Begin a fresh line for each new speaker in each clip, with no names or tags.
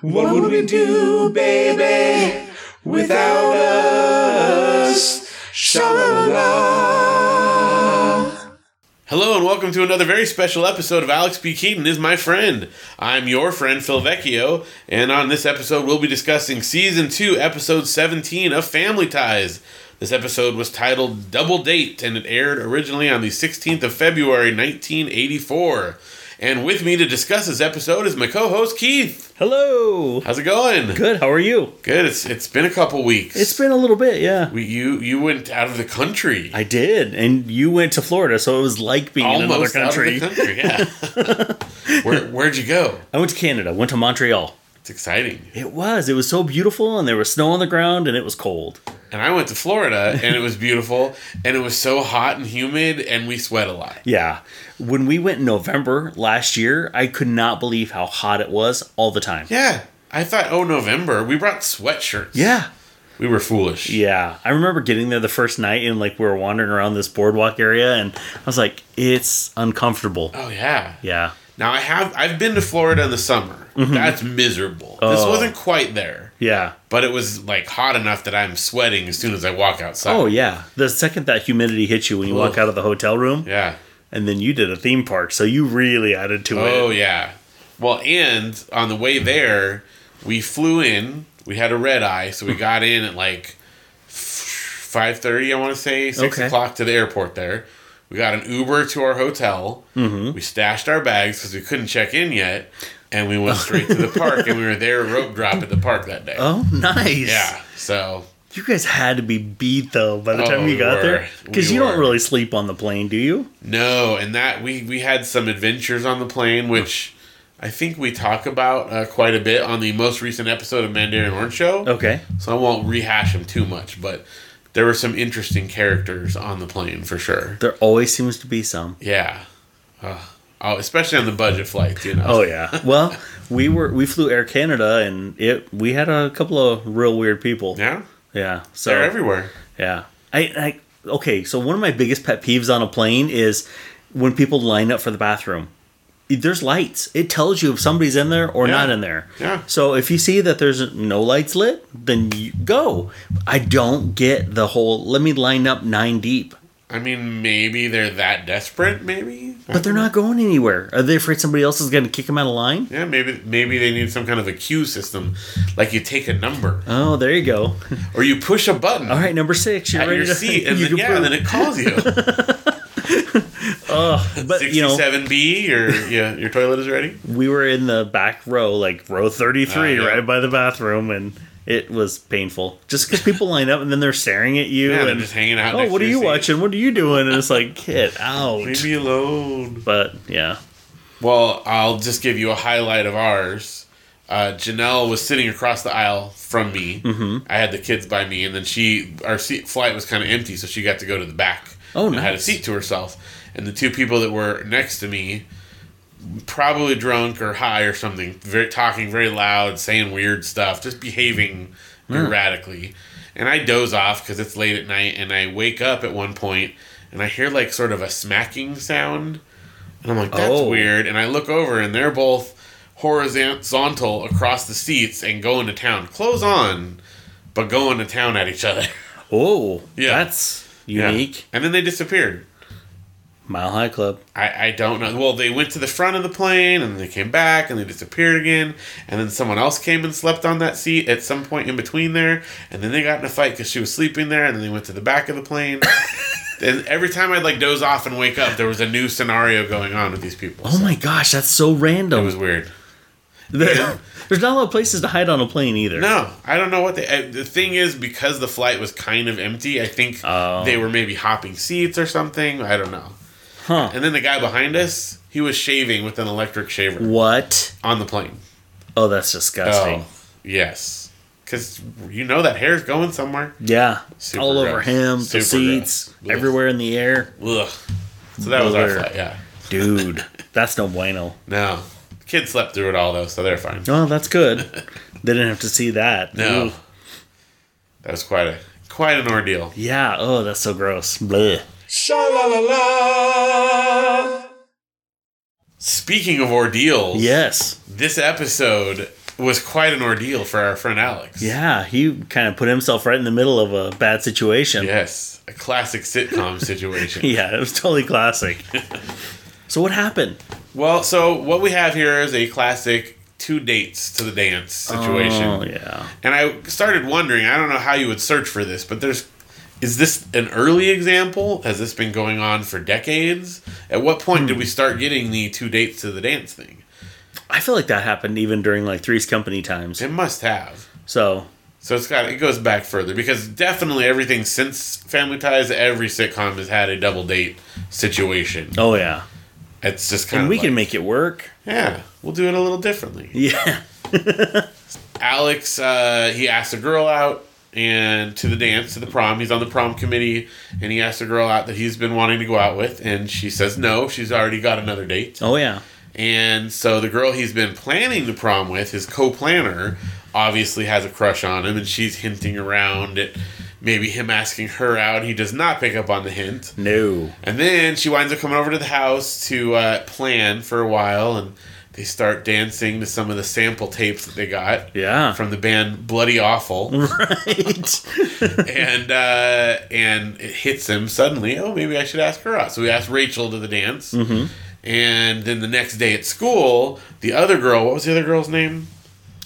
What would we do, baby, without us? Sha-la-la-la.
Hello and welcome to another very special episode of Alex B. Keaton is my friend. I'm your friend Phil Vecchio, and on this episode we'll be discussing season two, episode seventeen of Family Ties. This episode was titled Double Date, and it aired originally on the sixteenth of February, nineteen eighty-four. And with me to discuss this episode is my co-host Keith.
Hello.
How's it going?
Good. How are you?
Good. It's it's been a couple weeks.
It's been a little bit, yeah.
we, you you went out of the country.
I did, and you went to Florida, so it was like being in another
Almost
country.
out of the country. Yeah. Where where'd you go?
I went to Canada. Went to Montreal.
It's exciting.
It was. It was so beautiful, and there was snow on the ground, and it was cold.
And I went to Florida, and it was beautiful, and it was so hot and humid, and we sweat a lot.
Yeah. When we went in November last year, I could not believe how hot it was all the time.
Yeah. I thought, oh, November. We brought sweatshirts.
Yeah.
We were foolish.
Yeah. I remember getting there the first night, and like we were wandering around this boardwalk area, and I was like, it's uncomfortable.
Oh, yeah.
Yeah.
Now, I have, I've been to Florida in the summer. That's miserable. This
Mm-hmm. Oh.
wasn't quite there,
Yeah.
but it was like hot enough that I'm sweating as soon as I walk outside.
Oh, yeah. The second that humidity hits you when you walk
Ugh.
out of the hotel room,
Yeah.
and then you did a theme park, so you really added to
Oh
it.
yeah. Well, and on the way there, we flew in. We had a red eye, so we
Hmm.
got in at like five thirty. I want to say six
Okay.
o'clock to the airport. There, we got an Uber to our hotel.
Mm-hmm.
We stashed our bags because we couldn't check in yet, and we went straight to the park. And we were there at rope drop at the park that day.
Oh, nice.
Yeah. So
You guys had to be beat though by the
Oh,
time you
we
got
were.
there, because
We
you
were.
don't really sleep on the plane, do you?
no, and that we we had some adventures on the plane, which. I think we talk about uh, quite a bit on the most recent episode of Mandarin Orange Show.
Okay.
so I won't rehash them too much, but there were some interesting characters on the plane for sure.
There always seems to be some.
Yeah. Uh, oh, especially on the budget flights, you know.
Oh yeah. well, we were we flew Air Canada, and it we had a couple of real weird people.
Yeah.
Yeah. So
They're everywhere.
yeah. I, I okay. So one of my biggest pet peeves on a plane is when people line up for the bathroom. There's lights. It tells you if somebody's in there or
Yeah.
not in there.
Yeah.
So if you see that there's no lights lit, then you go. I don't get the whole let me line up nine deep.
I mean, maybe they're that desperate, maybe.
But they're not going anywhere. Are they afraid somebody else is going to kick them out of line?
Yeah, maybe maybe they need some kind of a queue system, like you take a number
Oh, there you go.
or you push a button
All right, number six. You're
at
ready
your
to
seat, and then,
can
yeah, and
prove-
then it calls you.
but you know,
Sixty-seven B, your yeah, your toilet is ready.
we were in the back row, like row 33,
Ah, yeah.
right by the bathroom, and it was painful. Just because people line up and then they're staring at you
Yeah, they're
and
just hanging out.
oh,
next
what
to
are
your
you
seat.
watching? What are you doing? And it's like, get out.
Leave me alone.
But yeah,
Well, I'll just give you a highlight of ours. Uh, Janelle was sitting across the aisle from me. Mm-hmm. I had the kids by me, and then she our seat flight was kind of empty, so she got to go to the back.
Oh,
and had a
nice.
seat to herself. And the two people that were next to me, probably drunk or high or something, very, talking very loud, saying weird stuff, just behaving
Hmm.
erratically. And I doze off because it's late at night, and I wake up at one point, and I hear like sort of a smacking sound. And I'm like, that's
Oh.
weird. And I look over, and they're both horizontal across the seats and going to town. Clothes on, but going to town at each other.
oh,
Yeah.
that's
Yeah.
unique.
And then they disappeared.
Mile High Club.
I, I don't know. Well, they went to the front of the plane and then they came back and they disappeared again. And then someone else came and slept on that seat at some point in between there. And then they got in a fight because she was sleeping there. And then they went to the back of the plane. and every time I'd like doze off and wake up, there was a new scenario going on with these people.
Oh my gosh, that's so
It
random.
was weird.
There's not a lot of places to hide on a plane either.
No, I don't know what they. I, the thing is, because the flight was kind of empty, I think
Oh.
they were maybe hopping seats or something. I don't know.
Huh.
And then the guy behind us, he was shaving with an electric shaver
What?
on the plane.
Oh, that's disgusting.
yes, because you know that hair's going somewhere.
Yeah.
Super
All over
gross.
him,
Super
the seats,
gross. Ugh.
everywhere in the air.
Ugh. So that was our
Brother.
flight. Yeah.
Dude, that's no bueno.
No, the kids slept through it all though, so they're fine.
Oh, that's good. they didn't have to see that.
No,
Ooh.
that was quite a quite an ordeal.
Yeah. Oh, that's so gross. Blech.
Sha-la-la-la. Speaking of ordeals,
Yes.
this episode was quite an ordeal for our friend Alex.
Yeah, he kind of put himself right in the middle of a bad situation.
Yes, a classic sitcom situation.
Yeah, it was totally classic. so what happened?
Well, so what we have here is a classic two dates to the dance situation.
Oh yeah.
And I started wondering, I don't know how you would search for this, but there's is this an early example? Has this been going on for decades? At what point
Hmm.
did we start getting the two dates to the dance thing?
I feel like that happened even during like Three's Company times.
It must have.
So
So it's got it goes back further because definitely everything since Family Ties, every sitcom has had a double date situation.
oh yeah,
It's just kind
and
of
we
like,
can make it work.
yeah, we'll do it a little differently.
Yeah.
Alex, uh, he asked a girl out and to the dance, to the prom. He's on the prom committee, and he asked a girl out that he's been wanting to go out with, and she says no. She's already got another date,
Oh yeah.
and so the girl he's been planning the prom with, his co-planner, obviously has a crush on him, and she's hinting around at maybe him asking her out. He does not pick up on the hint.
No.
And then she winds up coming over to the house to uh, plan for a while, and they start dancing to some of the sample tapes that they got
Yeah.
from the band Bloody Awful,
right.
and uh, and it hits him suddenly. Oh, maybe I should ask her out. So we asked Rachel to the dance,
Mm-hmm.
and then the next day at school, the other girl. What was the other girl's name?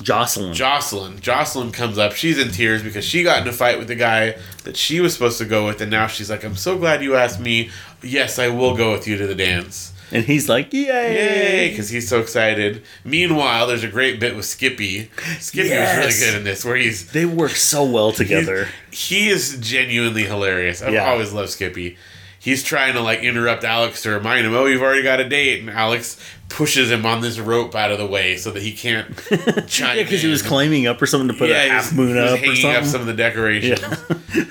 Jocelyn.
Jocelyn. Jocelyn comes up. She's in tears because she got in a fight with the guy that she was supposed to go with, and now she's like, "I'm so glad you asked me. Yes, I will go with you to the dance."
and he's like,
Yay!
yay.
Because he's so excited. Meanwhile, there's a great bit with Skippy. Skippy was
Yes.
really good in this, where he's
They work so well
He's-
together.
He is genuinely hilarious. I've
Yeah.
always loved Skippy. He's trying to like interrupt Alex to remind him, "Oh, you've already got a date," and Alex pushes him on this rope out of the way so that he can't chime
Yeah, because he was
in.
climbing up or something to put
Yeah,
a
he was-
half moon
he was
up or
hanging
something.
up some of the decorations.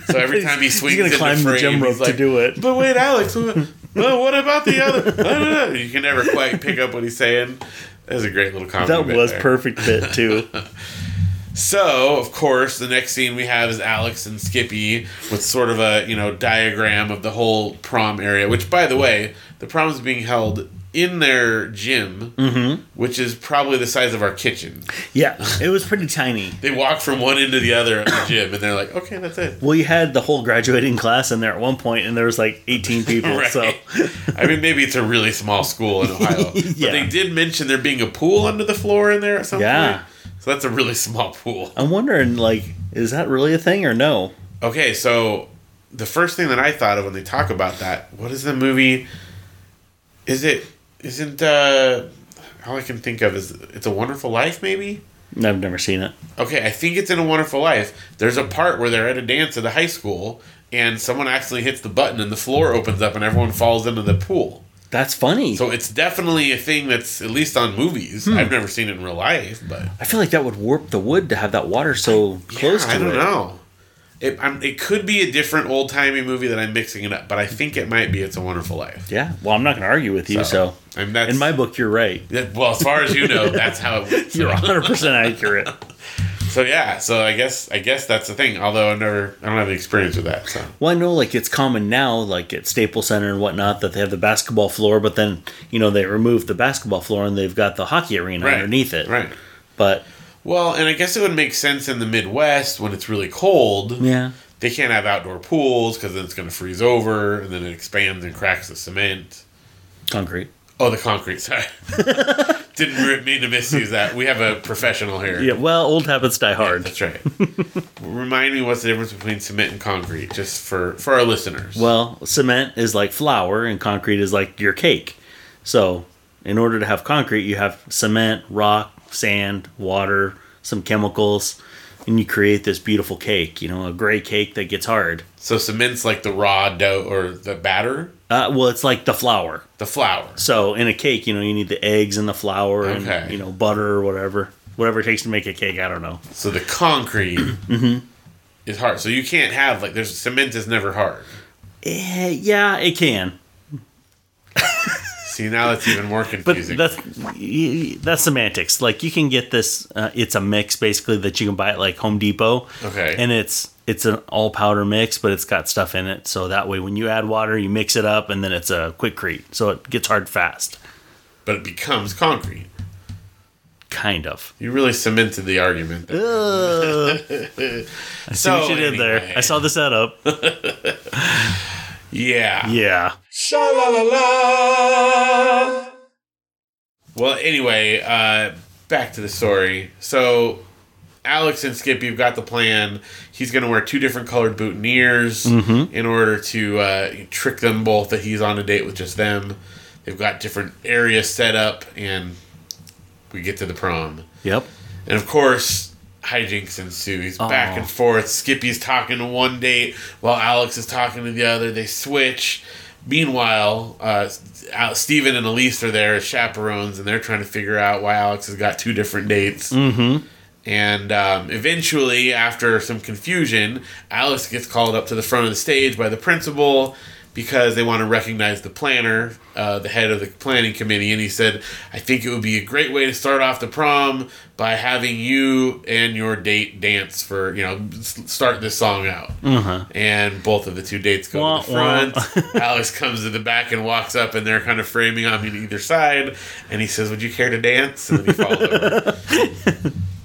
So every time he
He's- he's
swings,
gonna
into
climb the
frame,
gym
he's
rope to
like,
do it.
But wait, Alex, what, well, what about the other? You can never quite pick up what he's saying. That was a great little comedy.
that
bit
was
there.
perfect fit too.
So, of course, the next scene we have is Alex and Skippy with sort of a, you know, diagram of the whole prom area, which by the way, the prom is being held in their gym,
Mm-hmm.
which is probably the size of our kitchen.
yeah, it was pretty tiny.
They walk from one end to the other at the gym and they're like, "Okay, that's it."
Well, you had the whole graduating class in there at one point, and there was like 18 people.
Right.
So
I mean, maybe it's a really small school in Ohio. But
Yeah.
they did mention there being a pool under the floor in there at some
Yeah.
point. So that's a really small pool.
I'm wondering, like, is that really a thing or no?
Okay, so the first thing that I thought of when they talk about that, what is the movie? Is it isn't uh all I can think of is it's a Wonderful Life maybe?
I've never seen it.
Okay, I think it's in a Wonderful Life. There's a part where they're at a dance at a high school and someone actually hits the button and the floor opens up and everyone falls into the pool.
That's funny.
So it's definitely a thing that's at least on movies. I've never seen it in real life, but
I feel like that would warp the wood to have that water so close to
I don't
it.
know. It, I'm, it could be a different old timey movie that I'm mixing it up, but I think it might be It's a Wonderful Life.
Yeah. Well, I'm not going to argue with you. So,
I mean, that's,
in my book, you're right.
that- well, as far as you know, that's how it works.
You're 100 percent accurate.
So yeah, so I guess I guess that's the thing. Although I never, I don't have any experience with that. So
Well, I know like it's common now, like at Staples Center and whatnot, that they have the basketball floor, but then you know they remove the basketball floor and they've got the hockey arena
Right.
underneath it.
right.
But
Well, and I guess it would make sense in the Midwest when it's really cold.
yeah,
They can't have outdoor pools because then it's going to freeze over, and then it expands and cracks the cement.
concrete.
Oh, the concrete. Sorry, didn't re- mean to misuse that. We have a professional here.
Yeah. Well, old habits die hard.
That's right. Remind me what's the difference between cement and concrete, just for for our listeners.
Well, cement is like flour and concrete is like your cake. So, in order to have concrete, you have cement, rock, sand, water, some chemicals, and you create this beautiful cake, you know, a gray cake that gets hard.
so cement's like the raw dough or the batter,
Uh, well, it's like the flour.
the flour.
So, in a cake, you know, you need the eggs and the flour and,
Okay.
you know, butter or whatever. Whatever it takes to make a cake, I don't know.
So the concrete
Mm-hmm.
is hard. So you can't have like there's cement is never hard.
Eh, yeah, it can.
See now that's even more
But
confusing.
that's y- y- that's semantics. Like you can get this. Uh, it's a mix basically that you can buy at like Home Depot.
Okay.
And it's it's an all powder mix, but it's got stuff in it. So that way, when you add water, you mix it up, and then it's a quick create. So it gets hard fast.
but it becomes concrete.
Kind of.
You really cemented the argument. there.
I see what you did there.
anyway.
I saw the setup.
Yeah.
yeah.
Sha la la la.
Well, anyway, uh, back to the story. So, Alex and Skip, you've got the plan. He's going to wear two different colored boutonnieres in order to uh, trick them both that he's on a date with just them. They've got different areas set up, and we get to the prom.
Yep.
And of course, hijinks ensue. He's back
Aw.
and forth. Skippy's talking to one date while Alex is talking to the other. They switch. Meanwhile, uh, S- Al- Steven and Elise are there as chaperones, and they're trying to figure out why Alex has got two different dates. Mm-hmm. And um, eventually, after some confusion, Alex gets called up to the front of the stage by the principal because they want to recognize the planner, uh, the head of the planning committee. And he said, I think it would be a great way to start off the prom by having you and your date dance for, you know, s- start this song out. And both of the two dates go
Uh-huh. Wah,
to the front.
wah.
Alex comes to the back and walks up, and they're kind of framing on me to either side. And he says, "Would you care to dance?" And then he falls over.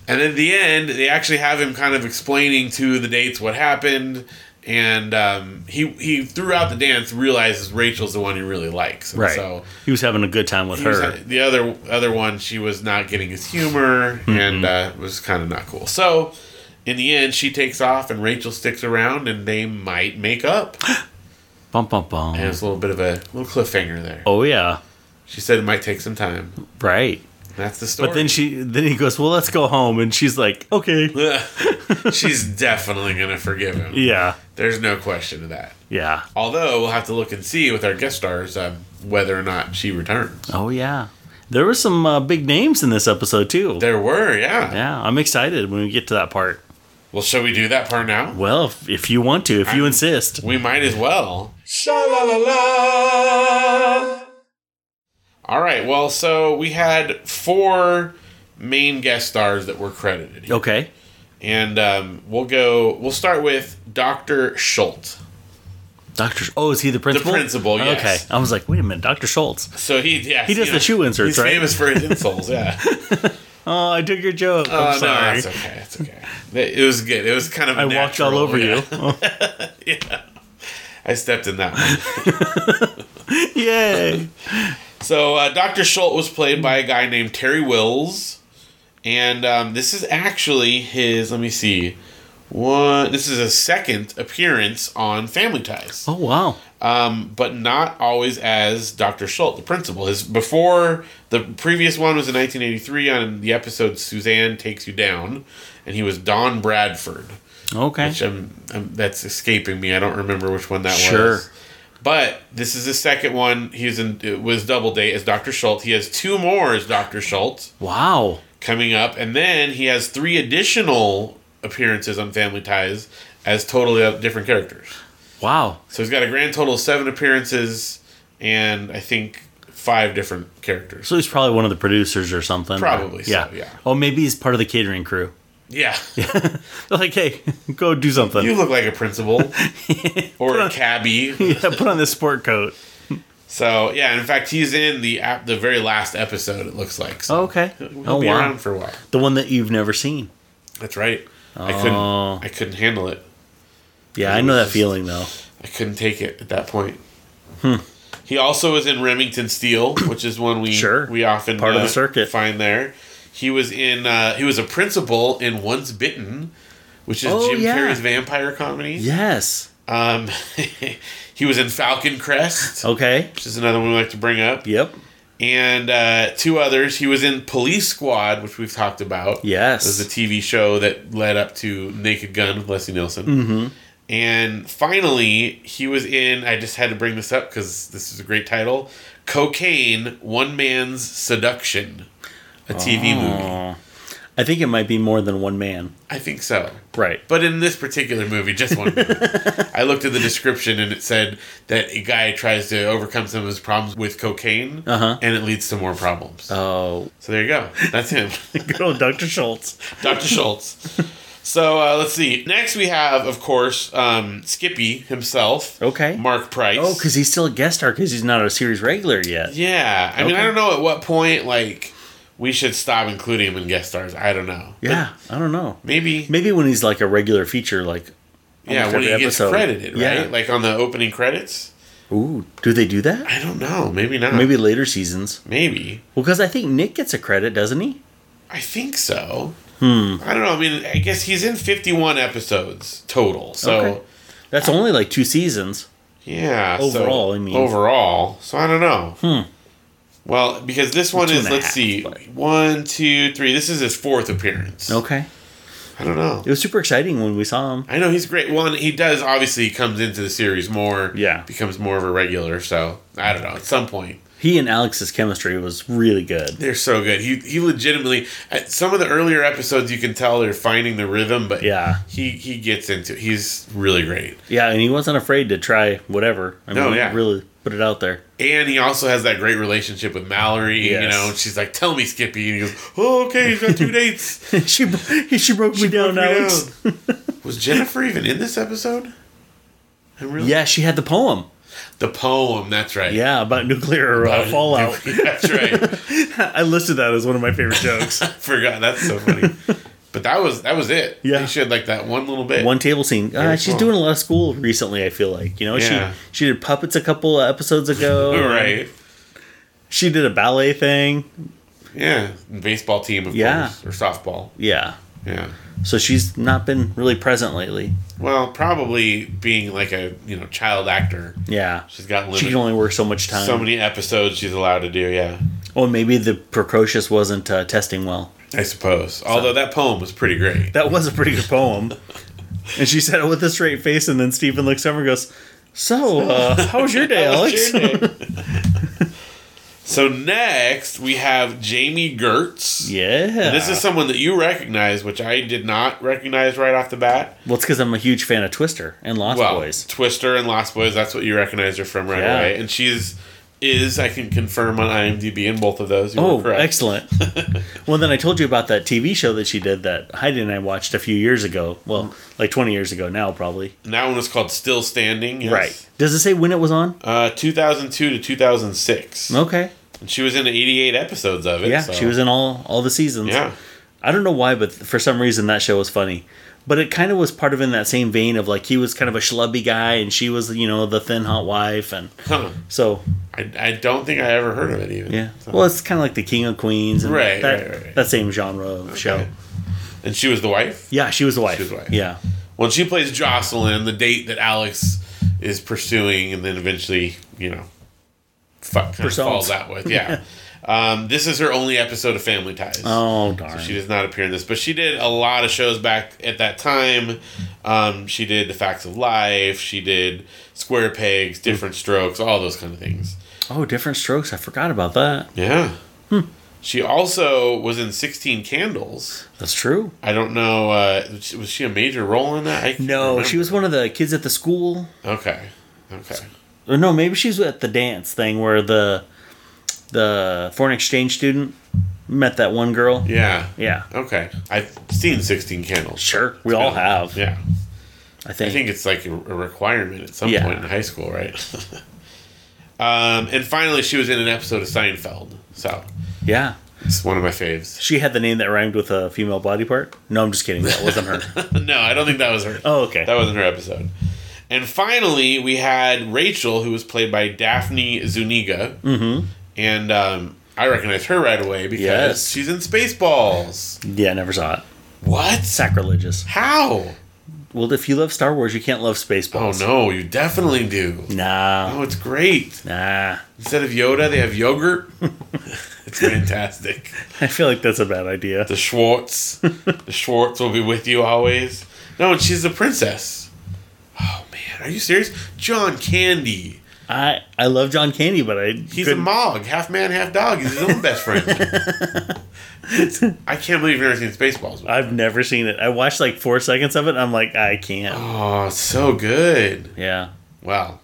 And in the end, they actually have him kind of explaining to the dates what happened. And um, he he throughout the dance realizes Rachel's the one he really likes. And
Right.
So
he was having a good time with
he was-
her.
the other other one, she was not getting his humor
Mm-hmm.
and uh, was kind of not cool. So. In the end, she takes off and Rachel sticks around, and they might make up.
bum bum bum.
And it's a little bit of a little cliffhanger there.
Oh yeah.
She said it might take some time.
Right.
That's the story.
But then she then he goes, Well let's go home and she's like, Okay.
she's definitely gonna forgive him.
Yeah.
There's no question of that.
Yeah.
Although we'll have to look and see with our guest stars um, whether or not she returns.
Oh yeah. There were some uh, big names in this episode too.
There were, yeah.
yeah, I'm excited when we get to that part.
Well, shall we do that part now?
Well, if, if you want to, if you
I-
insist.
We might as well.
Sha la la la.
All right. Well, so we had four main guest stars that were credited, here.
Okay.
and um, we'll go. We'll start with Doctor Schultz.
Dr. Sch- Oh, is he the principal?
principal, yes.
Okay. I was like, wait a minute, Dr. Schultz.
So he, yeah,
He does the shoe inserts,
He's
right?
famous for his insoles, yeah.
Oh, I took your joke.
Oh,
I'm
No,
sorry.
it's okay. It's okay. It was good. It was kind of.
I walked all
natural,
over
yeah.
you. Oh,
I stepped in that. One.
yay.
So uh, Dr. Schultz was played by a guy named Terry Wills, and um, this is actually his. Let me see. One. This is a second appearance on Family Ties,
Oh, wow.
um, but not always as Dr. Schultz, the principal. His before the previous one was in 1983 on the episode Suzanne Takes You Down, and he was Don Bradford.
Okay.
which I'm, I'm that's escaping me. I don't remember which one that
Sure.
was. But this is the second one. He's in it was double date as Dr. Schultz. He has two more as Dr. Schultz
Wow.
coming up, and then he has three additional appearances on Family Ties as totally uh, different characters.
Wow.
So he's got a grand total of seven appearances, and I think five different characters.
So he's probably one of the producers or something.
Probably so,
Yeah.
yeah.
Oh, maybe he's part of the catering crew.
Yeah,
They're like, hey, go do something.
you look like a principal or a cabbie.
yeah, put on this sport coat.
So yeah, in fact, he's in the ap- the very last episode. It looks like. So
okay.
He'll
Oh,
be
wow.
around for a while.
The one that you've never seen.
That's right. I
Oh.
couldn't. I couldn't handle it.
Yeah,
It
I know
was
that
just-
feeling, though.
I couldn't take it at that point.
Hmm.
He also was in Remington Steel, which is one we
Sure.
we often uh,
Part of the circuit.
find there. He was in. Uh, he was a principal in Once Bitten, which is
Oh,
Jim
yeah.
Carrey's vampire comedy.
Yes.
Um, he was in Falcon Crest,
Okay.
which is another one we like to bring up,
Yep.
and uh, two others. He was in Police Squad, which we've talked about. It was a
Yes.
TV show that led up to Naked Gun with Leslie Nielsen. Mm-hmm. And finally, he was in. I just had to bring this up because this is a great title Cocaine One Man's Seduction, a TV
Oh.
movie.
Aw. I think it might be more than one man.
I think so.
Right.
But in this particular movie, just one. movie. I looked at the description and it said that a guy tries to overcome some of his problems with cocaine
Uh-huh.
and it leads to more problems.
Oh.
so there you go. That's him.
Good old Dr. Schultz.
Dr. Schultz. So uh, let's see. Next, we have, of course, um, Skippy himself.
Okay.
Mark Price.
Oh, because he's still a guest star because he's not a series regular yet.
yeah. I mean, I
Okay.
don't know at what point like we should stop including him in guest stars. I don't know. But
Yeah, I don't know.
maybe.
Maybe when he's like a regular feature, like
Yeah,
almost
when he
every
gets
episode.
credited, right?
Yeah.
Like on the opening credits.
ooh, do they do that?
I don't know. Maybe not.
Maybe later seasons.
Maybe.
Well, because I think Nick gets a credit, doesn't he?
I think so.
Hmm.
I don't know. I mean, I guess he's in 51 episodes total. So,
Okay. That's only like two seasons.
yeah. so-
Overall, I mean. Hmm.
Overall. So, I don't know. Well, because this one
two
is,
and a
let's
half,
see,
but-
one, two, three. This is his fourth appearance.
Okay.
I don't know.
It was super exciting when we saw him.
I know he's great. Well, and he does obviously comes into the series more.
Yeah.
becomes more of a regular. So I don't know. At some point,
He and Alex's chemistry was really good.
they're so good. He he legitimately at some of the earlier episodes you can tell they're finding the rhythm, but
Yeah.
he he gets into. it. He's really great,
Yeah, and he wasn't afraid to try whatever. I mean,
No,
he
Oh, yeah.
really put it out there.
and he also has that great relationship with Mallory. You
Yes.
know, and she's like, "Tell me, Skippy," and he goes, "Oh, okay, he's got two dates."
she she broke me down,
Broke me
Alex.
down. Was Jennifer even in this episode? I'm really
Yeah, she had the poem.
the poem. That's right.
Yeah, about nuclear uh, fallout.
That's right.
I listed that as one of my favorite jokes.
Forgot that's so funny. but that was that was it.
Yeah.
They shared like that one little bit.
One table scene. Uh,
Very
she's
small.
doing a lot of school recently. I feel like you know
Yeah.
she she did puppets a couple of episodes ago.
right.
She did a ballet thing.
Yeah. Baseball team of
Yeah.
course. Or softball.
Yeah.
Yeah.
So she's not been really present lately.
Well, probably being like a you know, child actor.
Yeah.
She's got
She
limited,
can only work so much time.
so many episodes she's allowed to do, yeah.
Oh, maybe the precocious wasn't uh, testing well.
I suppose. Although that poem was pretty great.
That was a pretty good poem. and she said it with a straight face, and then Stephen looks over and goes, "So, uh, how was your day,
That was
Alex?"
your day. so next we have Jamie Gertz.
yeah.
This is someone that you recognize, which I did not recognize right off the bat.
well, it's because I'm a huge fan of Twister and Lost
well,
Boys.
Twister and Lost Boys. That's what you recognize her from right
Yeah.
away. And she's is I can confirm on IMDb in both of those. You were
Oh,
correct.
excellent. well, then I told you about that TV show that she did that Heidi and I watched a few years ago. Well, like 20 years ago now, probably.
And that one was called Still Standing. yes.
Right. Does it say when it was on?
Uh, 2002 to 2006.
Okay.
And she was in 88 episodes of it.
Yeah,
so-
she was in all all the seasons.
Yeah.
I don't know why, but for some reason that show was funny. But it kind of was part of in that same vein of like he was kind of a schlubby guy and she was, you know, the thin hot wife and
Huh.
so
I, I don't think I ever heard of it even.
yeah. Well, it's kind of like the King of Queens and
Right,
that,
right, right.
that same genre of show.
And she was the wife.
Yeah, she was the wife.
was the wife.
Yeah.
Well, she plays Jocelyn, the date that Alex is pursuing, and then eventually, you know, fuck kind of
Pursues.
falls out with. Yeah. um, this is her only episode of Family Ties.
Oh darn.
She does not appear in this, but she did a lot of shows back at that time. Um, she did The Facts of Life. She did Square Pegs, Different Strokes, all those kind of things.
oh, different strokes. I forgot about that.
Yeah.
Hmm.
She also was in 16 Candles.
That's true.
I don't know. Uh, was she a major role in that? I can't
No,
remember.
Oh, she was one of the kids at the school.
Okay. Okay.
Or no, maybe she's at the dance thing where the the foreign exchange student met that one girl.
Yeah.
Yeah.
Okay. I've seen 16 Candles.
Sure. We all have.
Yeah.
I think.
I think it's like a, a requirement at some
Yeah.
point in high school, right? um, and finally, she was in an episode of Seinfeld. So
Yeah.
it's one of my faves.
She had the name that rhymed with a female body part. No, I'm just kidding. That wasn't her.
no, I don't think that was her.
Oh, okay.
That wasn't her episode. And finally, we had Rachel, who was played by Daphne Zuniga. Mm-hmm. And um, I recognized her right away because
Yes.
she's in Spaceballs.
yeah, I never saw it.
What?
Sacrilegious.
How?
Well, if you love Star Wars, you can't love
Oh,
Spaceballs.
no, you definitely do.
Nah.
Oh, it's great.
Nah.
Instead of Yoda, they have yogurt. it's fantastic.
I feel like that's a bad idea.
The Schwartz. The Schwartz will be with you always. No, and she's the princess. Oh, man. Are you serious? John Candy.
I I love John Candy, but I
He's a
couldn't-
Mog, half man, half dog. He's his own best friend. It's- I can't believe you've never seen Spaceballs.
I've never seen it. I watched like four seconds of it. and I'm like, I can't.
Oh, it's so good.
Yeah,
Wow.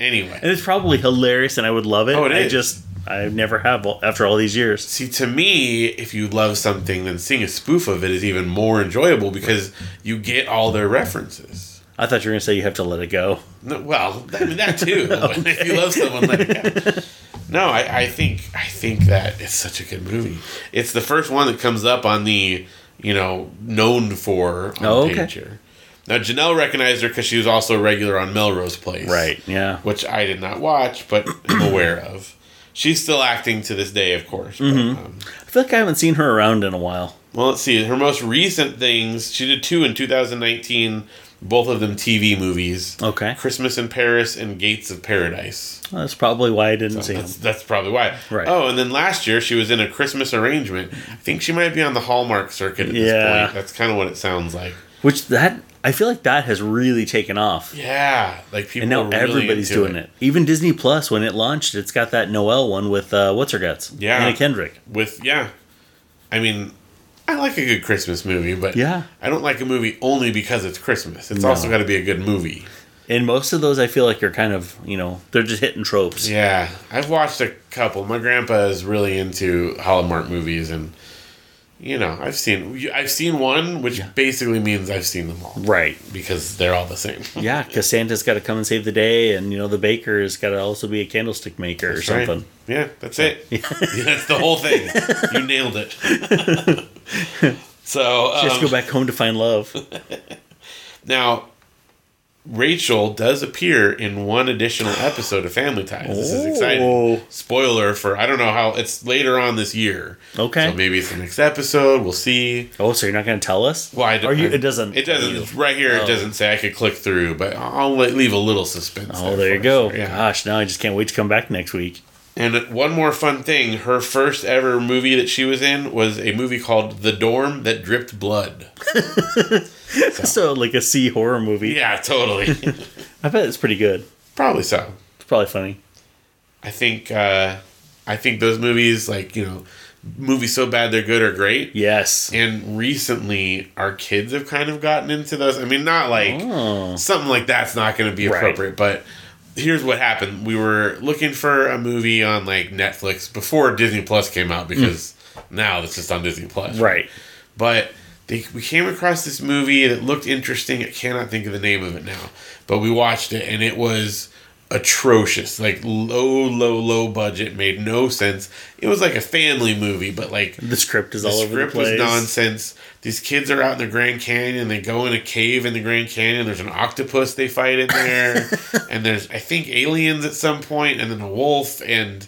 Anyway.
and it's probably hilarious, and I would love it.
Oh, it
I
is.
just I never have well, after all these years.
See, to me, if you love something, then seeing a spoof of it is even more enjoyable because you get all their references.
I thought you were gonna say you have to let it go.
No, well, I mean, that too. If you love someone, let it go. No, I, I think I think that it's such a good movie. It's the first one that comes up on the you know known for on
Oh,
the
okay.
page here. Now Janelle recognized her because she was also a regular on Melrose Place,
Yeah.
Which I did not watch, but am aware of. She's still acting to this day, of course. but, um,
I feel like I haven't seen her around in a while.
well, let's see. Her most recent things, she did two in 2019, both of them TV movies.
Okay.
Christmas in Paris and Gates of Paradise.
Well, that's probably why I didn't see him.
That's, that's probably why.
Oh, Right.
Oh, and then last year she was in a Christmas arrangement. I think she might be on the Hallmark circuit at this
Yeah.
point. That's kind of what it sounds like.
Which that I feel like that has really taken off.
Yeah, like people.
And now
are really
everybody's
into
doing it. Even Disney Plus, when it launched, it's got that Noel one with uh, what's her guts?
Yeah.
Anna Kendrick.
With yeah, I mean, I like a good Christmas movie, but
Yeah.
I don't like a movie only because it's Christmas. It's also got to be a good movie.
And most of those, I feel like are kind of you know they're just hitting tropes.
Yeah, I've watched a couple. My grandpa is really into Hallmark movies, and you know, I've seen I've seen one, which basically means I've seen them all.
Right.
because they're all the same.
Yeah, because Santa's got to come and save the day, and you know the baker has got to also be a candlestick maker or
Right?
something.
Yeah, that's it. Yeah, that's the whole thing. You nailed it. so um,
Just go back home to find love.
now, Rachel does appear in one additional episode of Family Ties. This is exciting.
Oh.
Spoiler for I don't know how it's later on this year.
Okay.
So maybe it's the next episode. We'll see.
oh, so you're not going to tell us?
Well, I don't-
Are you?
I-
It doesn't. Oh.
It doesn't.
you.
it's Right here, it doesn't say. I could click through, but I'll let- leave a little suspense.
Oh,
for
there you
us.
go.
Yeah.
Gosh, now I just can't wait to come back next week.
And one more fun thing, her first ever movie that she was in was a movie called The Dorm That Dripped Blood.
So like a C horror movie.
Yeah, totally.
I bet it's pretty good.
Probably so.
It's probably funny.
I think uh, I think those movies like, you know, movies so bad they're good are great.
Yes.
And recently our kids have kind of gotten into those. I mean, not like
Oh.
something like that's not going to be
Right.
appropriate, but here's what happened. We were looking for a movie on like Netflix before Disney Plus came out because now it's just on Disney Plus.
Hmm. Right.
but they, we came across this movie that looked interesting. I cannot think of the name of it now, but we watched it and it was atrocious. Like low, low, low budget, made no sense. It was like a family movie, but like
The script is
the
all over the
script was
place.
nonsense. These kids are out in the Grand Canyon. They go in a cave in the Grand Canyon. There's an octopus they fight in there, and there's I think aliens at some point, and then a wolf, and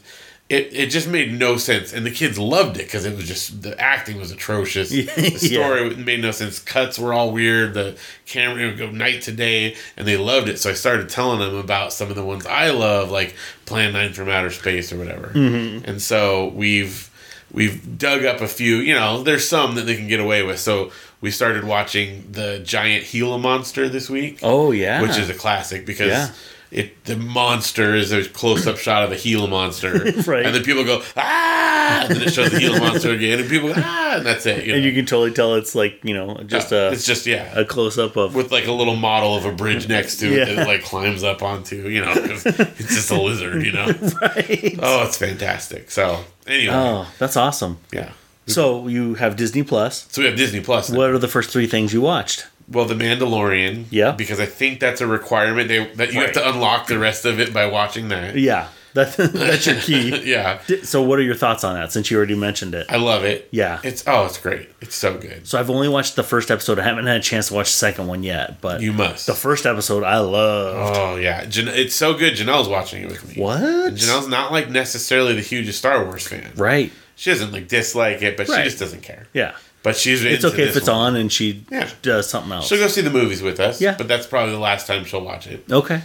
it it just made no sense. And the kids loved it because it was just the acting was atrocious. The story made no sense. Cuts were all weird. The camera it would go night to day, and they loved it. So I started telling them about some of the ones I love, like Plan Nine from Outer Space or whatever.
Mm-hmm.
And so we've we've dug up a few. You know, there's some that they can get away with. So we started watching the giant Gila monster this week,
Oh yeah.
which is a classic because.
Yeah.
It, the monster is a close up shot of the Gila monster,
Right.
And then people go ah, and then it shows the Gila monster again, and people go ah, and that's it. You know?
and you can totally tell it's like you know just a
it's just yeah,
a close up of
with like a little model of a bridge next to it
Yeah.
that it like climbs up onto, you know, 'cause it's just a lizard, you know.
right.
Oh, it's fantastic. So anyway,
Oh, that's awesome.
yeah.
So you have Disney Plus.
So we have Disney Plus. now.
What are the first three things you watched?
Well, The Mandalorian.
Yeah.
Because I think that's a requirement. They that you have
Right.
to unlock the rest of it by watching that.
Yeah, that, that's your key.
yeah.
Di- So what are your thoughts on that? Since you already mentioned it.
I love it.
Yeah.
It's oh, it's great. It's so good.
So I've only watched the first episode. I haven't had a chance to watch the second one yet. But
You must.
the first episode, I love.
oh yeah, Jan- it's so good. Janelle's watching it with me.
What?
Janelle's Oh, not like necessarily the hugest Star Wars fan.
Right.
She doesn't like dislike it, but she
Right.
just doesn't care.
Yeah.
But she's
It's okay if it's
on.
on and she
Yeah.
does something else.
She'll go see the movies with us.
Yeah.
But that's probably the last time she'll watch it.
Okay.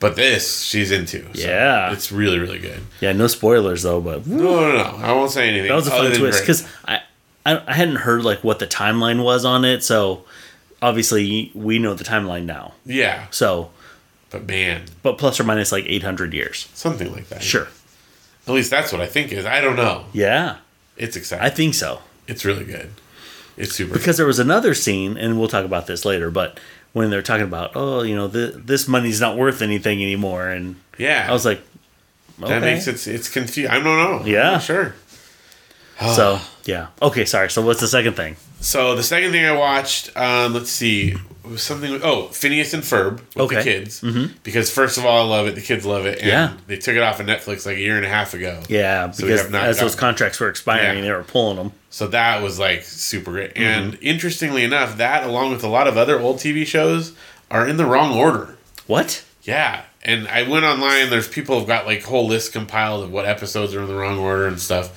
But this, she's into. so
Yeah.
It's really, really good.
Yeah. No spoilers though, but that
No, no, no. I won't say anything.
was a
other
fun
than
twist
great.
because I, I I hadn't heard like what the timeline was on it, so obviously we know the timeline now.
Yeah.
So,
But man,
but plus or minus like 800 years.
something like that.
Sure.
At least that's what I think is. I don't know.
Yeah,
It's exciting.
I think so.
it's really good. It's super
Because there was another scene, and we'll talk about this later, but when they're talking about, oh, you know, th- this money's not worth anything anymore, and
good. Yeah.
I was like, okay.
that makes it, it's confused. I don't know.
Yeah.
I'm not sure.
So yeah, okay, sorry. So what's the second thing?
So the second thing I watched, um, let's see, it was something. With, oh, Phineas and Ferb with the
Okay. Mm-hmm.
kids. Because first of all, I love it. The kids love it. And
Yeah.
They took it off of Netflix like a year and a half ago.
Yeah,
So we
because
have not
as those
gotten-
contracts were expiring,
Yeah.
they were pulling them.
So that was like super great.
Mm-hmm.
And interestingly enough, that along with a lot of other old TV shows are in the wrong order.
What?
Yeah. And I went online. There's people have got like whole lists compiled of what episodes are in the wrong order and stuff.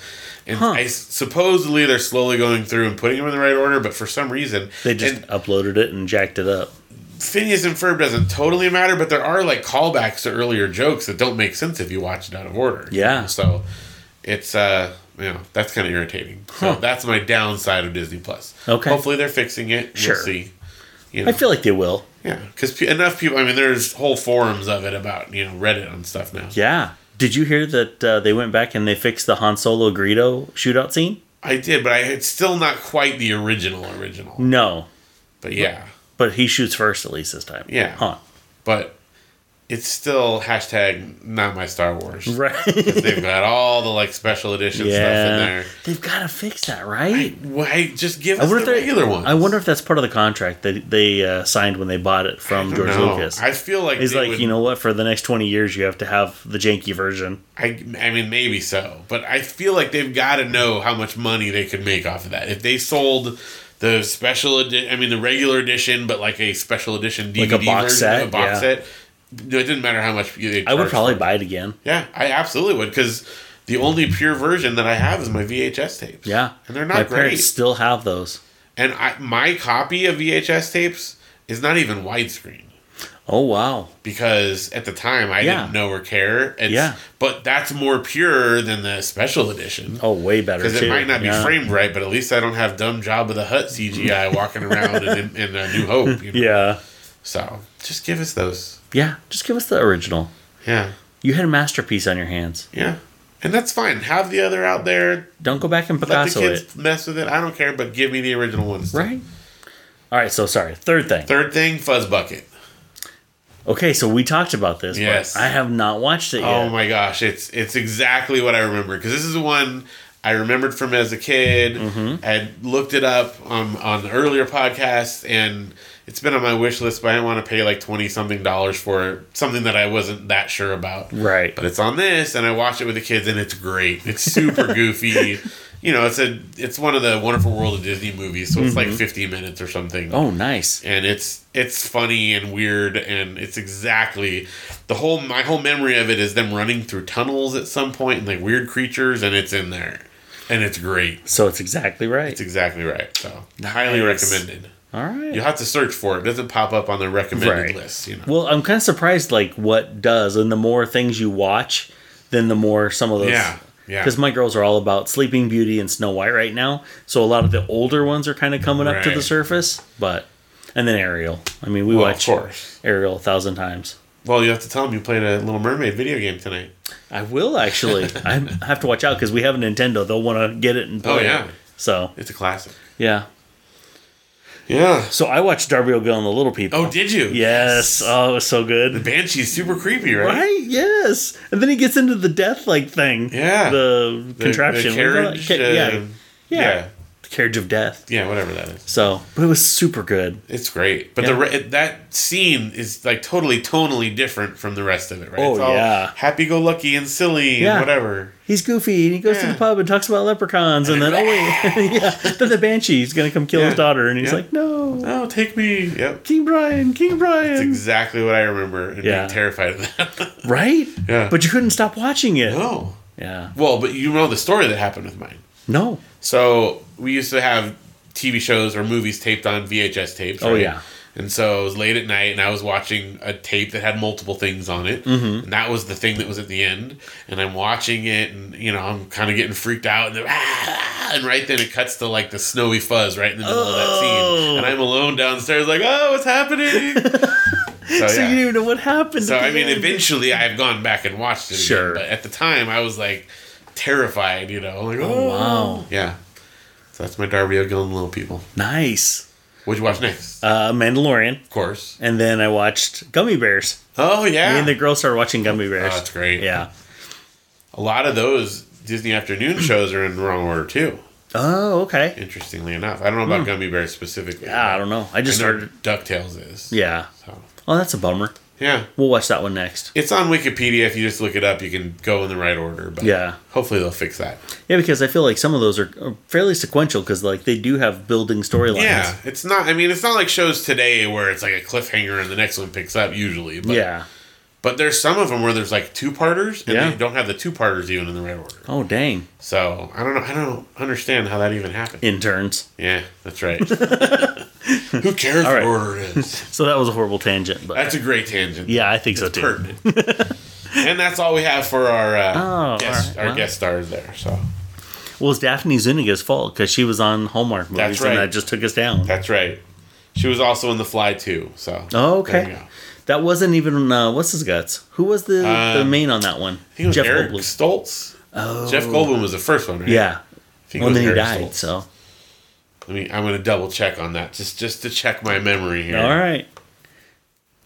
And
Huh.
I s- supposedly they're slowly going through and putting them in the right order, but for some reason
They just
and
uploaded it and jacked it up.
Phineas and Ferb doesn't totally matter, but there are like callbacks to earlier jokes that don't make sense if you watch it out of order.
Yeah.
So it's uh you know that's kind of irritating.
Huh.
So that's my downside of Disney Plus.
Okay.
Hopefully they're fixing it.
Sure.
We'll see. You know.
I feel like they will.
Yeah, because pe- enough people. I mean, there's whole forums of it about you know Reddit and stuff now.
Yeah. Did you hear that uh, they went back and they fixed the Han Solo Greedo shootout scene?
I did, but I, it's still not quite the original original.
No,
But yeah,
but he shoots first at least this time.
Yeah.
Han.
but it's still hashtag not my Star Wars.
Right.
'Cause They've got all the like special edition
yeah.
stuff
They've got to fix that, right?
in there. Why just give
I,
us
wonder if
the
they-
regular one?
I wonder if that's part of the contract that they uh, signed when they bought it from George Lucas.
I feel like
He's
they
like,
would-
you know what? For the next twenty years, you have to have the janky version.
I, I mean, maybe so, but I feel like they've got to know how much money they could make off of that. If they sold the special edition, I mean, the regular edition, but like a special edition DVD
Like a box
version,
set,
a box
yeah.
set, it didn't matter how much you.
I would probably buy it again.
Yeah, I absolutely would because the only pure version that I have is my VHS tapes.
Yeah,
and they're
My
not great.
parents still have those.
And I, my copy of VHS tapes is not even widescreen
Oh wow!
because at the time I
Yeah.
didn't know or care. It's,
Yeah.
but that's more pure than the special edition.
Oh, way better.
Because it
too.
might not be
Yeah.
framed right, but at least I don't have dumb job of the hut CGI walking around in, in uh, New Hope. You know?
Yeah,
So just give us those.
yeah. Just give us the original.
Yeah.
You had a masterpiece on your hands.
Yeah. And that's fine. Have the other out there.
Don't go back and
Let
Picasso
the kids
it.
mess with it. I don't care, but give me the original ones.
Right. All right. So sorry. Third thing.
Third thing, Fuzz Bucket.
Okay. So we talked about this. but
Yes.
I have not watched it
Oh
yet.
my gosh, it's it's exactly what I remember because this is the one I remembered from as a kid.
Mm-hmm.
I had looked it up on on the earlier podcast, and it's been on my wish list, but I didn't want to pay like twenty something dollars for it, something that I wasn't that sure about.
Right.
But it's on this, and I watch it with the kids, and it's great. It's super goofy. You know, it's a it's one of the Wonderful World of Disney movies, so it's like
Mm-hmm.
fifty minutes or something
Oh, nice.
and it's it's funny and weird and it's exactly the whole my whole memory of it is them running through tunnels at some point and like weird creatures and it's in there and it's great
So it's exactly right.
it's exactly right so highly
Nice.
recommended
All right.
you have to search for it. it doesn't pop up on the recommended
Right.
list you know
Well, I'm kind of surprised, like what does, and the more things you watch, then the more some of those.
Yeah, yeah.
Because my girls are all about Sleeping Beauty and Snow White right now, so a lot of the older ones are kind of coming up to the
Right.
surface. But and then Ariel. I mean, we
Well, of
watch
course
Ariel a thousand times.
well you have to tell them you played a little mermaid video game tonight
I will actually. I have to watch out because we have a Nintendo. They'll want to get it and play.
Oh,
it.
yeah.
So
it's a classic
yeah.
yeah
So I watched Darby O'Gill and the Little People.
oh did you
yes. Oh, it was so good.
banshee's super creepy right,
Right? Yes. And then he gets into the death like thing.
Yeah.
The
The- the
contraption. What do you call it?
carriage,
Ca-
uh,
yeah. yeah.
yeah
The carriage of death.
yeah whatever that is
So, but it was super good.
It's great, but the
Yeah.
re- that scene is like totally tonally different from the rest of it, right?
Oh,
it's
yeah.
happy-go-lucky and silly
Yeah.
and whatever.
He's goofy and he goes to the
Yeah.
pub and talks about leprechauns and then oh wait, yeah, then the banshee's gonna come kill his
Yeah.
daughter and he's
Yeah.
like, no,
Oh, take me! Yep,
King Brian, King
that's
Brian,
exactly what I remember. And
Yeah.
being terrified of that.
right?
Yeah.
But you couldn't stop watching it.
no,
Yeah.
well, but you know the story that happened with mine.
No.
So we used to have TV shows or movies taped on VHS tapes.
Oh,
right?
yeah.
And so it was late at night, and I was watching a tape that had multiple things on it,
Mm-hmm.
and that was the thing that was at the end. And I'm watching it, and you know I'm kind of getting freaked out, and, then, "Ah!" and right then it cuts to like the snowy fuzz right in the middle of that
Oh.
scene, and I'm alone downstairs, like, oh, what's happening? so,
So
Oh, yeah.
you didn't even know what happened.
So
at the
I mean,
end.
eventually I've gone back and watched it.
Sure.
Sure. but at the time, I was like terrified. You know, like oh,
wow.
yeah. So that's my Darby O'Gill and Little People.
Nice.
What'd you watch next?
Uh, Mandalorian,
of course.
and then I watched Gummy Bears.
Oh yeah. Oh,
Me and the girls started watching Gummy Bears.
that's great.
Yeah.
A lot of those Disney afternoon shows are in the wrong order too.
Oh, okay.
Interestingly enough, I don't know about gummy bears specifically.
Hmm. Yeah, I don't know. I just
I know
started.
Ducktales is.
Yeah.
So,
Oh, that's a bummer.
yeah.
We'll watch that one next.
It's on Wikipedia. If you just look it up, you can go in the right order. But
Yeah.
hopefully they'll fix that.
Yeah, because I feel like some of those are are fairly sequential because like they do have building storylines.
Yeah, it's not. I mean, it's not like shows today where it's like a cliffhanger and the next one picks up usually. But,
Yeah.
But there's some of them where there's like two parters and
Yeah.
they don't have the two parters even in the right order.
Oh dang.
So I don't know. I don't understand how that even happened.
Interns.
Yeah, that's right. Who cares
All
what
right.
order it is?
So that was a horrible tangent, but
That's a great tangent.
yeah, I think so
It's
too.
pertinent. and that's all we have for our uh,
Oh,
guest,
all right.
our
Wow.
guest stars there. So
Well, it's Daphne Zuniga's fault because she was on Hallmark movies
That's right.
and that just took us down.
that's right. She was also in The Fly too. So
Oh, okay.
there you go.
That wasn't even uh, what's his guts. Who was the the
Um,
main on that one?
I think it was
Jeff
Eric
Goldblum.
Stoltz.
Oh,
Jeff Goldblum was the first one, right? I
Yeah.
think it
Well,
was
then he
Eric
died.
Stoltz.
So
I mean, I'm gonna double check on that just just to check my memory here.
all right.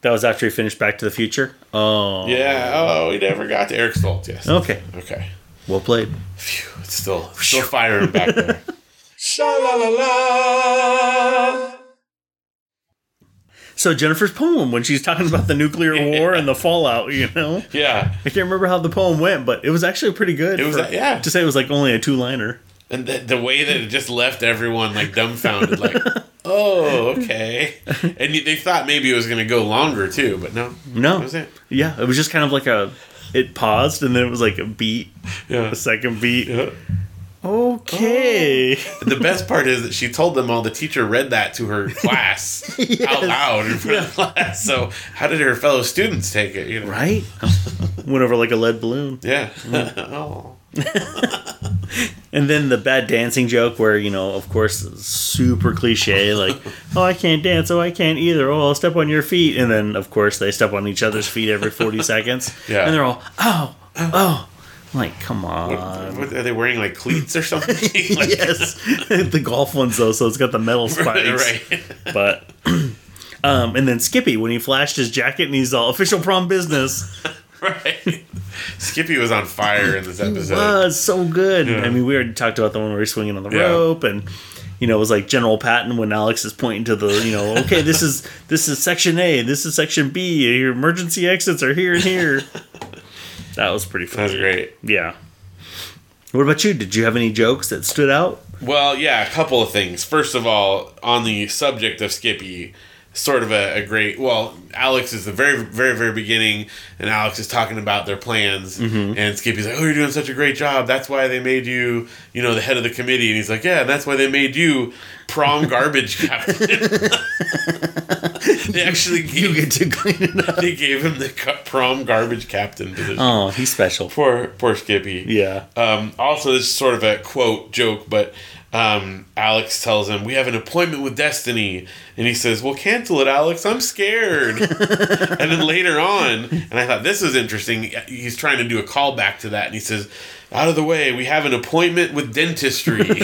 That was after he finished Back to the Future. Oh,
Yeah. Oh, we never got to Eric Stoltz. Yes.
Okay.
Okay.
Well played.
Phew, it's still it's still firing back there.
sha la la la,
So Jennifer's poem when she's talking about the nuclear war and the fallout, you know,
Yeah.
I can't remember how the poem went, but it was actually pretty good.
It was a- yeah.
To say it was like only a two liner.
And the, the way that it just left everyone like dumbfounded, like, oh, okay. And you- they thought maybe it was gonna go longer too, but no.
No,
That was it.
Yeah, it was just kind of like a. It paused and then it was like a beat,
Yeah.
a second beat. Oh.
Yeah.
Okay.
The best part is that she told them all the teacher read that to her class
Yes.
out loud in front of class. So how did her fellow students take it? You know?
Right? Mm. Went over like a lead balloon.
Yeah. oh.
And then the bad dancing joke, where, you know, of course, super cliche, like, oh, I can't dance, oh, I can't either, oh, I'll step on your feet. And then, of course, they step on each other's feet every 40 seconds.
Yeah.
And they're all, oh, oh. I'm like, come on.
What, are they wearing like cleats or something? Like,
yes. the golf one's, though, so it's got the metal spikes.
right.
but um, and then Skippy when he flashed his jacket and he's all official prom business
Right. Skippy was on fire in this episode.
was "Ah, so good. I mean, we already talked about the one where he's swinging on the
Yeah.
rope and. You know, it was like General Patton when Alex is pointing to the, you know, okay, this is this is section A, this is section B, your emergency exits are here and here. that was pretty
That was
funny.
great.
Yeah. What about you? Did you have any jokes that stood out?
Well, yeah, a couple of things. First of all, on the subject of Skippy, sort of a, a great. Well, Alex is the very, very, very beginning, and Alex is talking about their plans,
Mm-hmm.
and Skippy's like, "Oh, you're doing such a great job. That's why they made you, you know, the head of the committee." And he's like, "Yeah, and that's why they made you prom garbage captain." they actually
You
gave,
get to clean it up.
they gave him the cu- prom garbage captain position.
Oh, he's special.
Poor, poor Skippy.
Yeah.
Um, also, this is sort of a quote joke, but um, Alex tells him, We have an appointment with Destiny. And he says, Well, cancel it, Alex. I'm scared. and then later on, and I thought this was interesting, he's trying to do a callback to that. And he says, Out of the way, we have an appointment with dentistry.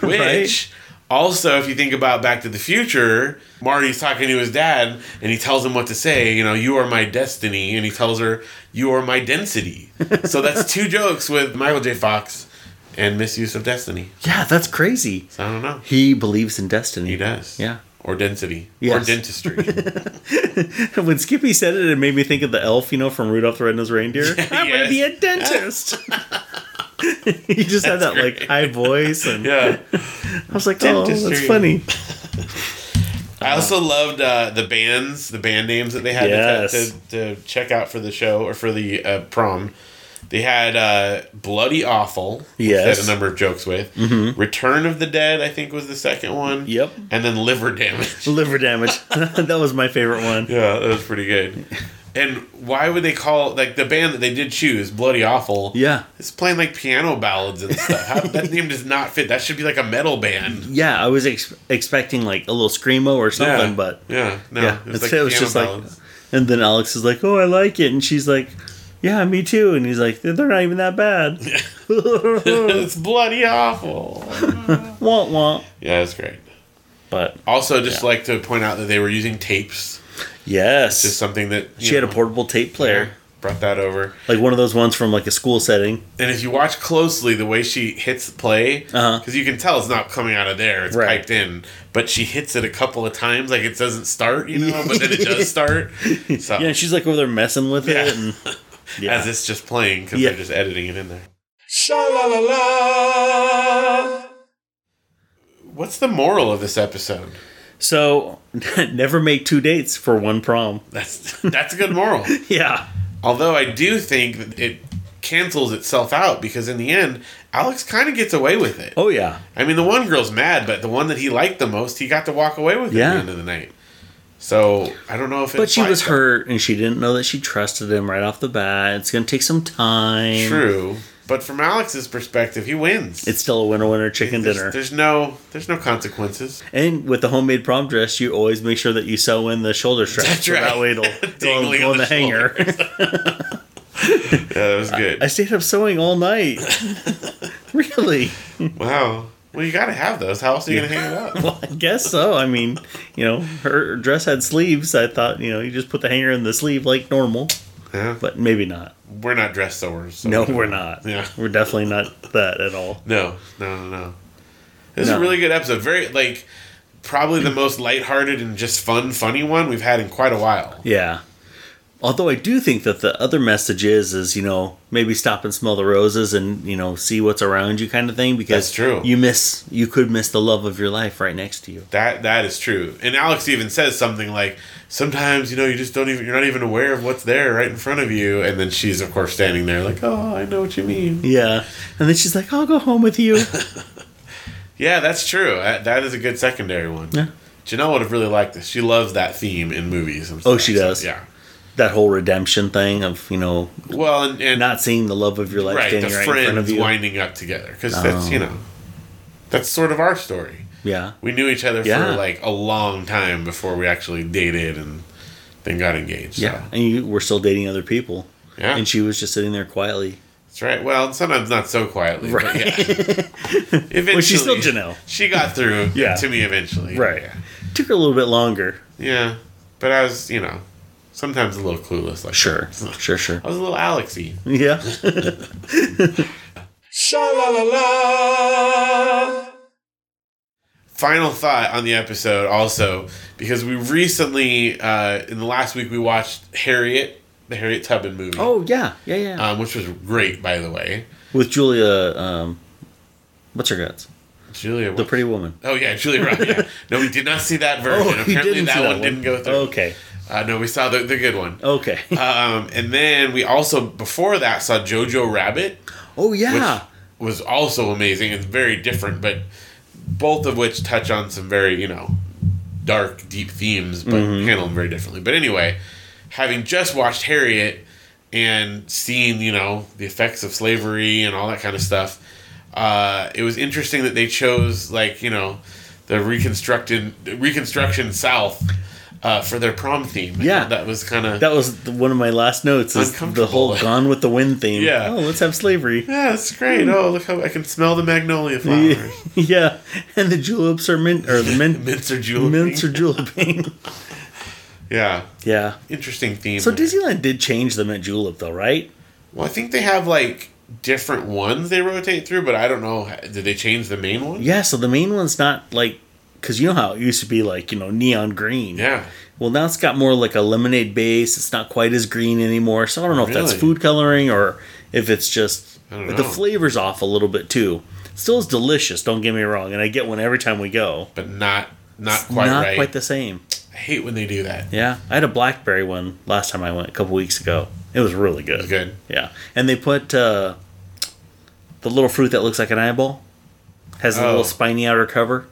Which.
Right.
Also, if you think about Back to the Future, Marty's talking to his dad and he tells him what to say. You know, you are my destiny. And he tells her, you are my density. so that's two jokes with Michael J. Fox and Misuse of Destiny.
Yeah, that's crazy.
So I don't know.
He believes in destiny.
He does.
Yeah.
Or density. Or
Yes.
dentistry.
When Skippy said it, it made me think of the elf, you know, from Rudolph the Red-Nosed Reindeer. I'm gonna
Yes.
be a dentist. he just had that like high voice, and
yeah.
I was like, "Oh, that's
Dentistry.
funny." Uh-huh.
I also loved uh, the bands, the band names that they had
Yes.
to, to, to check out for the show or for the uh, prom. They had uh, Bloody Awful, which they
Yes. Mm-hmm.
had a number of jokes with. Return of the Dead, I think, was the second one.
Yep.
And then Liver Damage.
Liver damage. that was my favorite one.
yeah, that was pretty good. And why would they call, like, the band that they did choose, Bloody Awful?
Yeah,
It's playing, like, piano ballads and stuff. How, that name does not fit. That should be, like, a metal band.
yeah. I was ex- expecting like a little screamo or something, but
Yeah, no.
yeah,
It
it's-
was,
it was,
like, piano
just
ballads.
like. And then Alex is like, "Oh, I like it," and she's like, "Yeah, me too." And he's like, "They're not even that bad."
it's Bloody Awful.
womp womp.
Yeah, it's great.
But
Also, just like to point out that they were using tapes,
yes,
just something that you
she had a
know,
portable tape player.
yeah, brought that over.
Like one of those ones from like a school setting.
And if you watch closely, the way she hits play, because
Uh-huh.
you can tell it's not coming out of there, it's
Right.
piped in. But she hits it a couple of times, like it doesn't start, you know, but then it does start. So
Yeah, and she's like over there messing with
Oh. Yeah.
it, and yeah,
as it's just playing, because
Yeah.
they're just editing it in there.
Sha-la-la-la.
What's the moral of this episode?
So never make two dates for one prom.
That's that's a good moral.
Yeah.
Although I do think that it cancels itself out because in the end, Alex kind of gets away with it.
Oh yeah.
I mean, the one girl's mad, but the one that he liked the most, he got to walk away with at
Yeah.
the end of the night. So I don't know if it's
But she
like
was
that.
hurt and she didn't know that she trusted him right off the bat. It's gonna take some time.
True, but from Alex's perspective, he wins.
It's still a winner winner chicken
there's,
dinner.
There's no there's no consequences.
And with the homemade prom dress, you always make sure that you sew in the shoulder strap.
That's
so
right.
That way it'll go on,
Dangling
go
on
on
the
the, hanger.
Yeah, that was good.
I stayed up sewing all night. really?
wow. Well, you got to have those. How else are you gonna hang it up?
Well, I guess so. I mean, you know, her dress had sleeves. I thought, you know, you just put the hanger in the sleeve like normal,
Yeah.
but maybe not.
We're not dress sewers. so
No,
we don't
we're
know.
not.
Yeah.
We're definitely not that at all.
No, no, no, no. This is
No.
a really good episode. Very like probably the most lighthearted and just fun, funny one we've had in quite a while.
Yeah. Although I do think that the other message is, is you know, maybe stop and smell the roses and you know see what's around you, kind of thing. Because
That's true.
You miss, you could miss the love of your life right next to you.
That that is true. And Alex even says something like, "Sometimes you know you just don't even you're not even aware of what's there right in front of you." And then she's of course standing there like, "Oh, I know what you mean."
Yeah. And then she's like, "I'll go home with you."
Yeah, that's true. That, that is a good secondary one.
Yeah.
Janelle would have really liked this. She loves that theme in movies. and
Oh,
stuff.
she
So,
does.
yeah.
that whole redemption thing of you know
Well, and, and
not seeing the love of your life
right, the
standing right in front of
friends
you. Oh.
winding up together because that's you know, that's sort of our story.
Yeah.
We knew each other
Yeah.
for like a long time before we actually dated and then got engaged.
Yeah.
so,
And you were still dating other people.
yeah,
And she was just sitting there quietly.
that's right. Well, sometimes not so quietly, right. but yeah. Eventually,
Well, she's still Janelle.
She got through
Yeah.
to me eventually.
Right. Took her a little bit longer.
Yeah, but I was, you know, sometimes a little clueless. Like
Sure.
that.
Sure, sure.
I was a little Alexy.
Yeah.
Sha-la-la-la.
final thought on the episode also because we recently uh, in the last week we watched harriet the harriet tubman movie
oh yeah. Yeah, yeah.
um, which was great by the way
With Julia um what's her guts?
julia
The pretty woman.
oh yeah julia Roberts, yeah. no we did not see that version apparently that,
see
one, didn't go through
Okay. Oh.
uh, no we saw the, the good one
Okay.
um, and then we also before that saw jojo rabbit
oh
which
yeah.
was also amazing. It's very different, but both of which touch on some very, you know, dark, deep themes, but
Mm-hmm.
handle them very differently. But anyway, having just watched Harriet and seen, you know, the effects of slavery and all that kind of stuff, uh, it was interesting that they chose, like, you know, the reconstructed Reconstruction South uh, for their prom theme. I
Yeah.
thought that was kind of
that was the, one of my last notes is the
Uncomfortable.
whole Gone with the Wind theme.
Yeah.
Oh, let's have slavery.
yeah, that's
Hmm.
great. Oh, look how I can smell the magnolia flowers.
yeah. And the juleps are mint or the mint
Mints or julep.
mints are juleping.
Yeah,
yeah.
interesting theme.
So Disneyland did change the mint julep though, right?
Well, I think they have like different ones they rotate through, but I don't know. Did they change the main one?
Yeah, so the main one's not like because you know how it used to be like you know neon green.
Yeah.
Well, now it's got more like a lemonade base. It's not quite as green anymore. So I don't know if that's
Really?
food coloring or if it's just
I don't
but
know.
the flavor's off a little bit too. Still is delicious. Don't get me wrong, and I get one every time we go.
But not not quite
not
right.
quite the same.
I hate when they do that.
Yeah, I had a blackberry one last time I went a couple weeks ago. It was really good.
It's good.
Yeah, and they put uh, the little fruit that looks like an eyeball has a
Oh.
little spiny outer cover.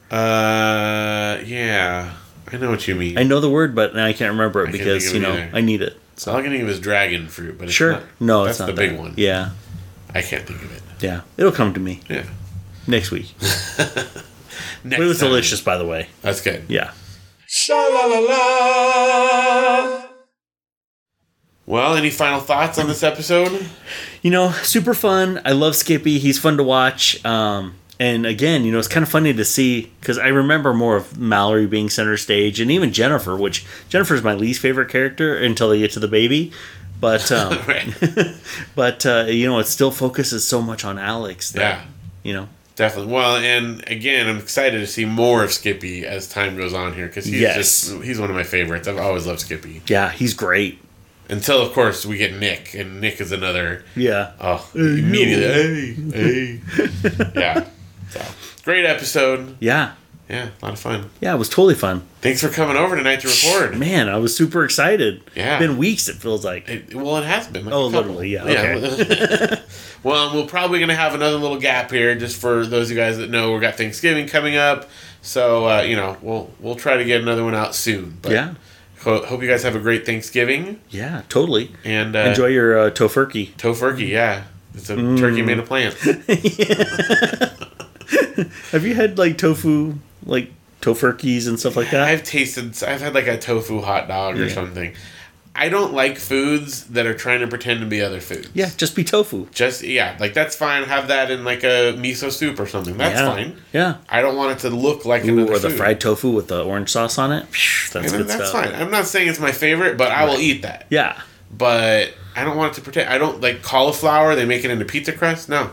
Uh, yeah. I know what you mean.
I know the word, but now I can't remember it
can't
because
think
you
of it
know
either.
I need it. So
All I can think of is dragon fruit, but it's
sure,
not-
no,
that's
it's not
the
that.
big one.
Yeah,
I can't think of it.
yeah, it'll come to me
Yeah.
next week.
Next
But it was
time.
delicious, by the way.
That's good.
Yeah,
Sha-la-la-la.
Well, any final thoughts on this episode?
you know, super fun. I love Skippy. He's fun to watch. Um, and again, you know, it's kind of funny to see because I remember more of Mallory being center stage, and even Jennifer, which Jennifer's my least favorite character until they get to the baby. But um,
right.
but uh, you know, it still focuses so much on Alex. That,
Yeah.
You know.
Definitely. Well, and again, I'm excited to see more of Skippy as time goes on here because he's
Yes.
just he's one of my favorites. I've always loved Skippy
Yeah, he's great.
until, of course, we get Nick, and Nick is another
Yeah.
oh
you.
immediately hey hey yeah. So great episode.
Yeah.
Yeah, a lot of fun.
Yeah, it was totally fun.
Thanks for coming over tonight to record.
Man, I was super excited.
Yeah.
Been weeks, it feels like.
It, well, it has been. Like
Oh,
a couple.
literally, yeah,
well, we're probably gonna have another little gap here, just for those of you guys that know. We've got Thanksgiving coming up, so uh, you know we'll we'll try to get another one out soon. But
Yeah.
ho- hope you guys have a great Thanksgiving
Yeah, totally.
and uh,
Enjoy Mm. your uh, tofurkey.
tofurkey. Yeah, it's a turkey made of plants.
Have you had like tofu, like tofurkeys and stuff like that?
I've tasted. I've had like a tofu hot dog or
Yeah.
something. I don't like foods that are trying to pretend to be other foods.
yeah, just be tofu.
Just yeah, like that's fine. Have that in like a miso soup or something. That's
yeah.
fine.
Yeah.
I don't want it to look like
Ooh,
another
or the
food.
fried tofu with the orange sauce on it. Phew,
And
That's
then
good
that's
stuff.
fine. I'm not saying it's my favorite, but I will eat that.
Yeah.
But I don't want it to pretend. I don't like cauliflower. They make it into pizza crust. No,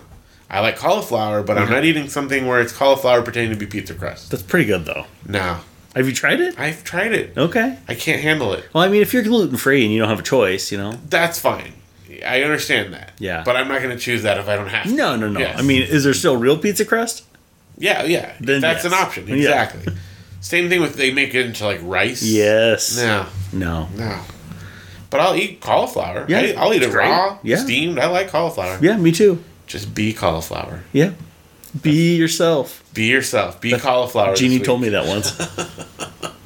I like cauliflower, but I'm not eating something where it's cauliflower pretending to be pizza crust.
That's pretty good though.
No,
Have you tried it?
I've tried it.
Okay.
I can't handle it.
Well, I mean, if you're gluten free and you don't have a choice, you know.
That's fine. I understand that.
Yeah.
But I'm not going to choose that if I don't have to.
No, no, no.
Yes.
I mean, is there still real pizza crust?
Yeah, yeah.
Then
That's
yes.
an option.
Yeah.
Exactly. Same thing with they make it into like rice.
Yes.
No,
No.
no. But I'll eat cauliflower.
Yeah,
I, will eat
it's
it
great.
raw,
Yeah.
steamed. I like cauliflower.
Yeah, me too.
Just be cauliflower.
Yeah. Be yourself.
Be yourself. Be cauliflower.
Jeannie told me that once.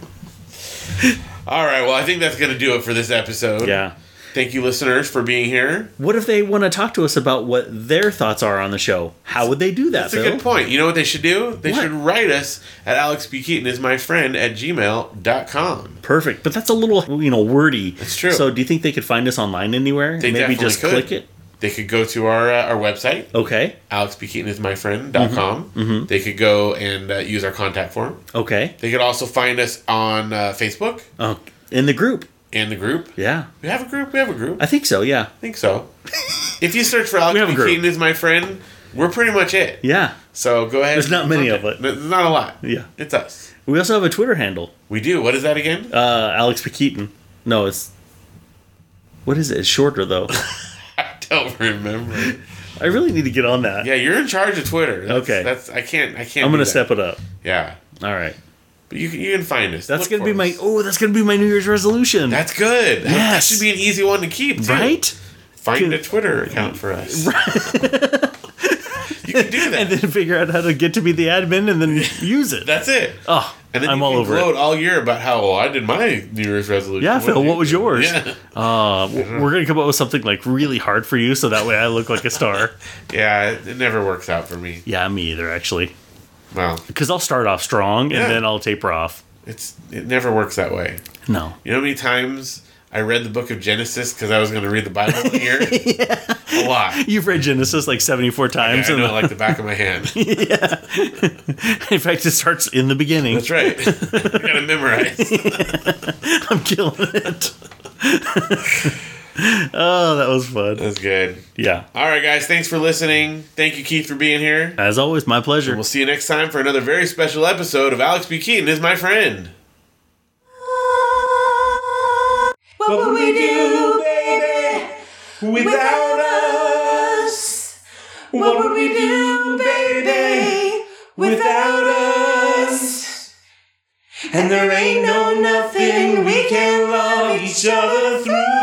All right. Well, I think that's going to do it for this episode.
yeah.
Thank you, listeners, for being here.
What if they want to talk to us about what their thoughts are on the show? How would they do that,
That's
Bill?
a good point. You know what they should do? They
What?
should write us at alexbkeatonismyfriend at gmail.com.
Perfect. But that's a little, you know, wordy. That's
true.
So do you think they could find us online anywhere?
They
and maybe
definitely
just
could.
click it?
They could go to our uh, our website,
Okay.
alexbkeatonismyfriend.com. Mm-hmm. They could go and uh, use our contact form.
Okay.
They could also find us on uh, Facebook
Oh, in the group.
and the group.
Yeah.
We have a group. We have a group.
I think so. Yeah.
I think so. if you search for Alex
We have a
B.
group.
Keaton is my friend, we're pretty much it.
Yeah.
So go ahead.
There's not many of
Contact-
it.
There's not a lot.
Yeah.
It's us.
We also have a Twitter handle.
We do. What is that again?
Uh, Alex Paqueton. No, it's. What is it? It's shorter, though.
I don't remember.
I really need to get on that.
Yeah, you're in charge of Twitter. That's,
Okay.
That's I can't. I can't.
I'm
do
going to
that.
step it up.
Yeah.
All right.
But you can, you can find us.
That's
Look
going to
for
be my.
us.
Oh, that's going to be my New Year's resolution.
That's good. That- That
Yes.
should be an easy one to keep. too.
right?
Find a Twitter account for us. you can do that.
And then figure out how to get to be the admin and then use it.
that's it.
oh,
And then
I'm
you
all
can
over it.
gloat all year about how well I did my New Year's resolution.
Yeah, Phil,
did
what was
you do?
yours?
Yeah.
Uh,
Uh-huh.
w- we're gonna come up with something like really hard for you, so that way I look like a star.
Yeah, it it never works out for me.
yeah, me either, actually,
Well,
because I'll start off strong
Yeah.
and then I'll taper off.
it's it never works that way.
No,
You know how many times I read the book of Genesis because I was going to read the Bible in a year? A lot.
you've read Genesis like seventy-four
I
times,
know
and
it like the back of my hand.
in fact, it starts in the beginning.
That's right. I got to memorize.
I'm killing it. oh, that was fun.
That's good.
Yeah,
All right, guys. Thanks for listening. Thank you, Keith, for being here.
as always, my pleasure.
We'll see you next time for another very special episode of Alex B. Keaton is my friend.
What would we do, baby, without us? What would we do, baby, without us? And there ain't no nothing we can love each other through.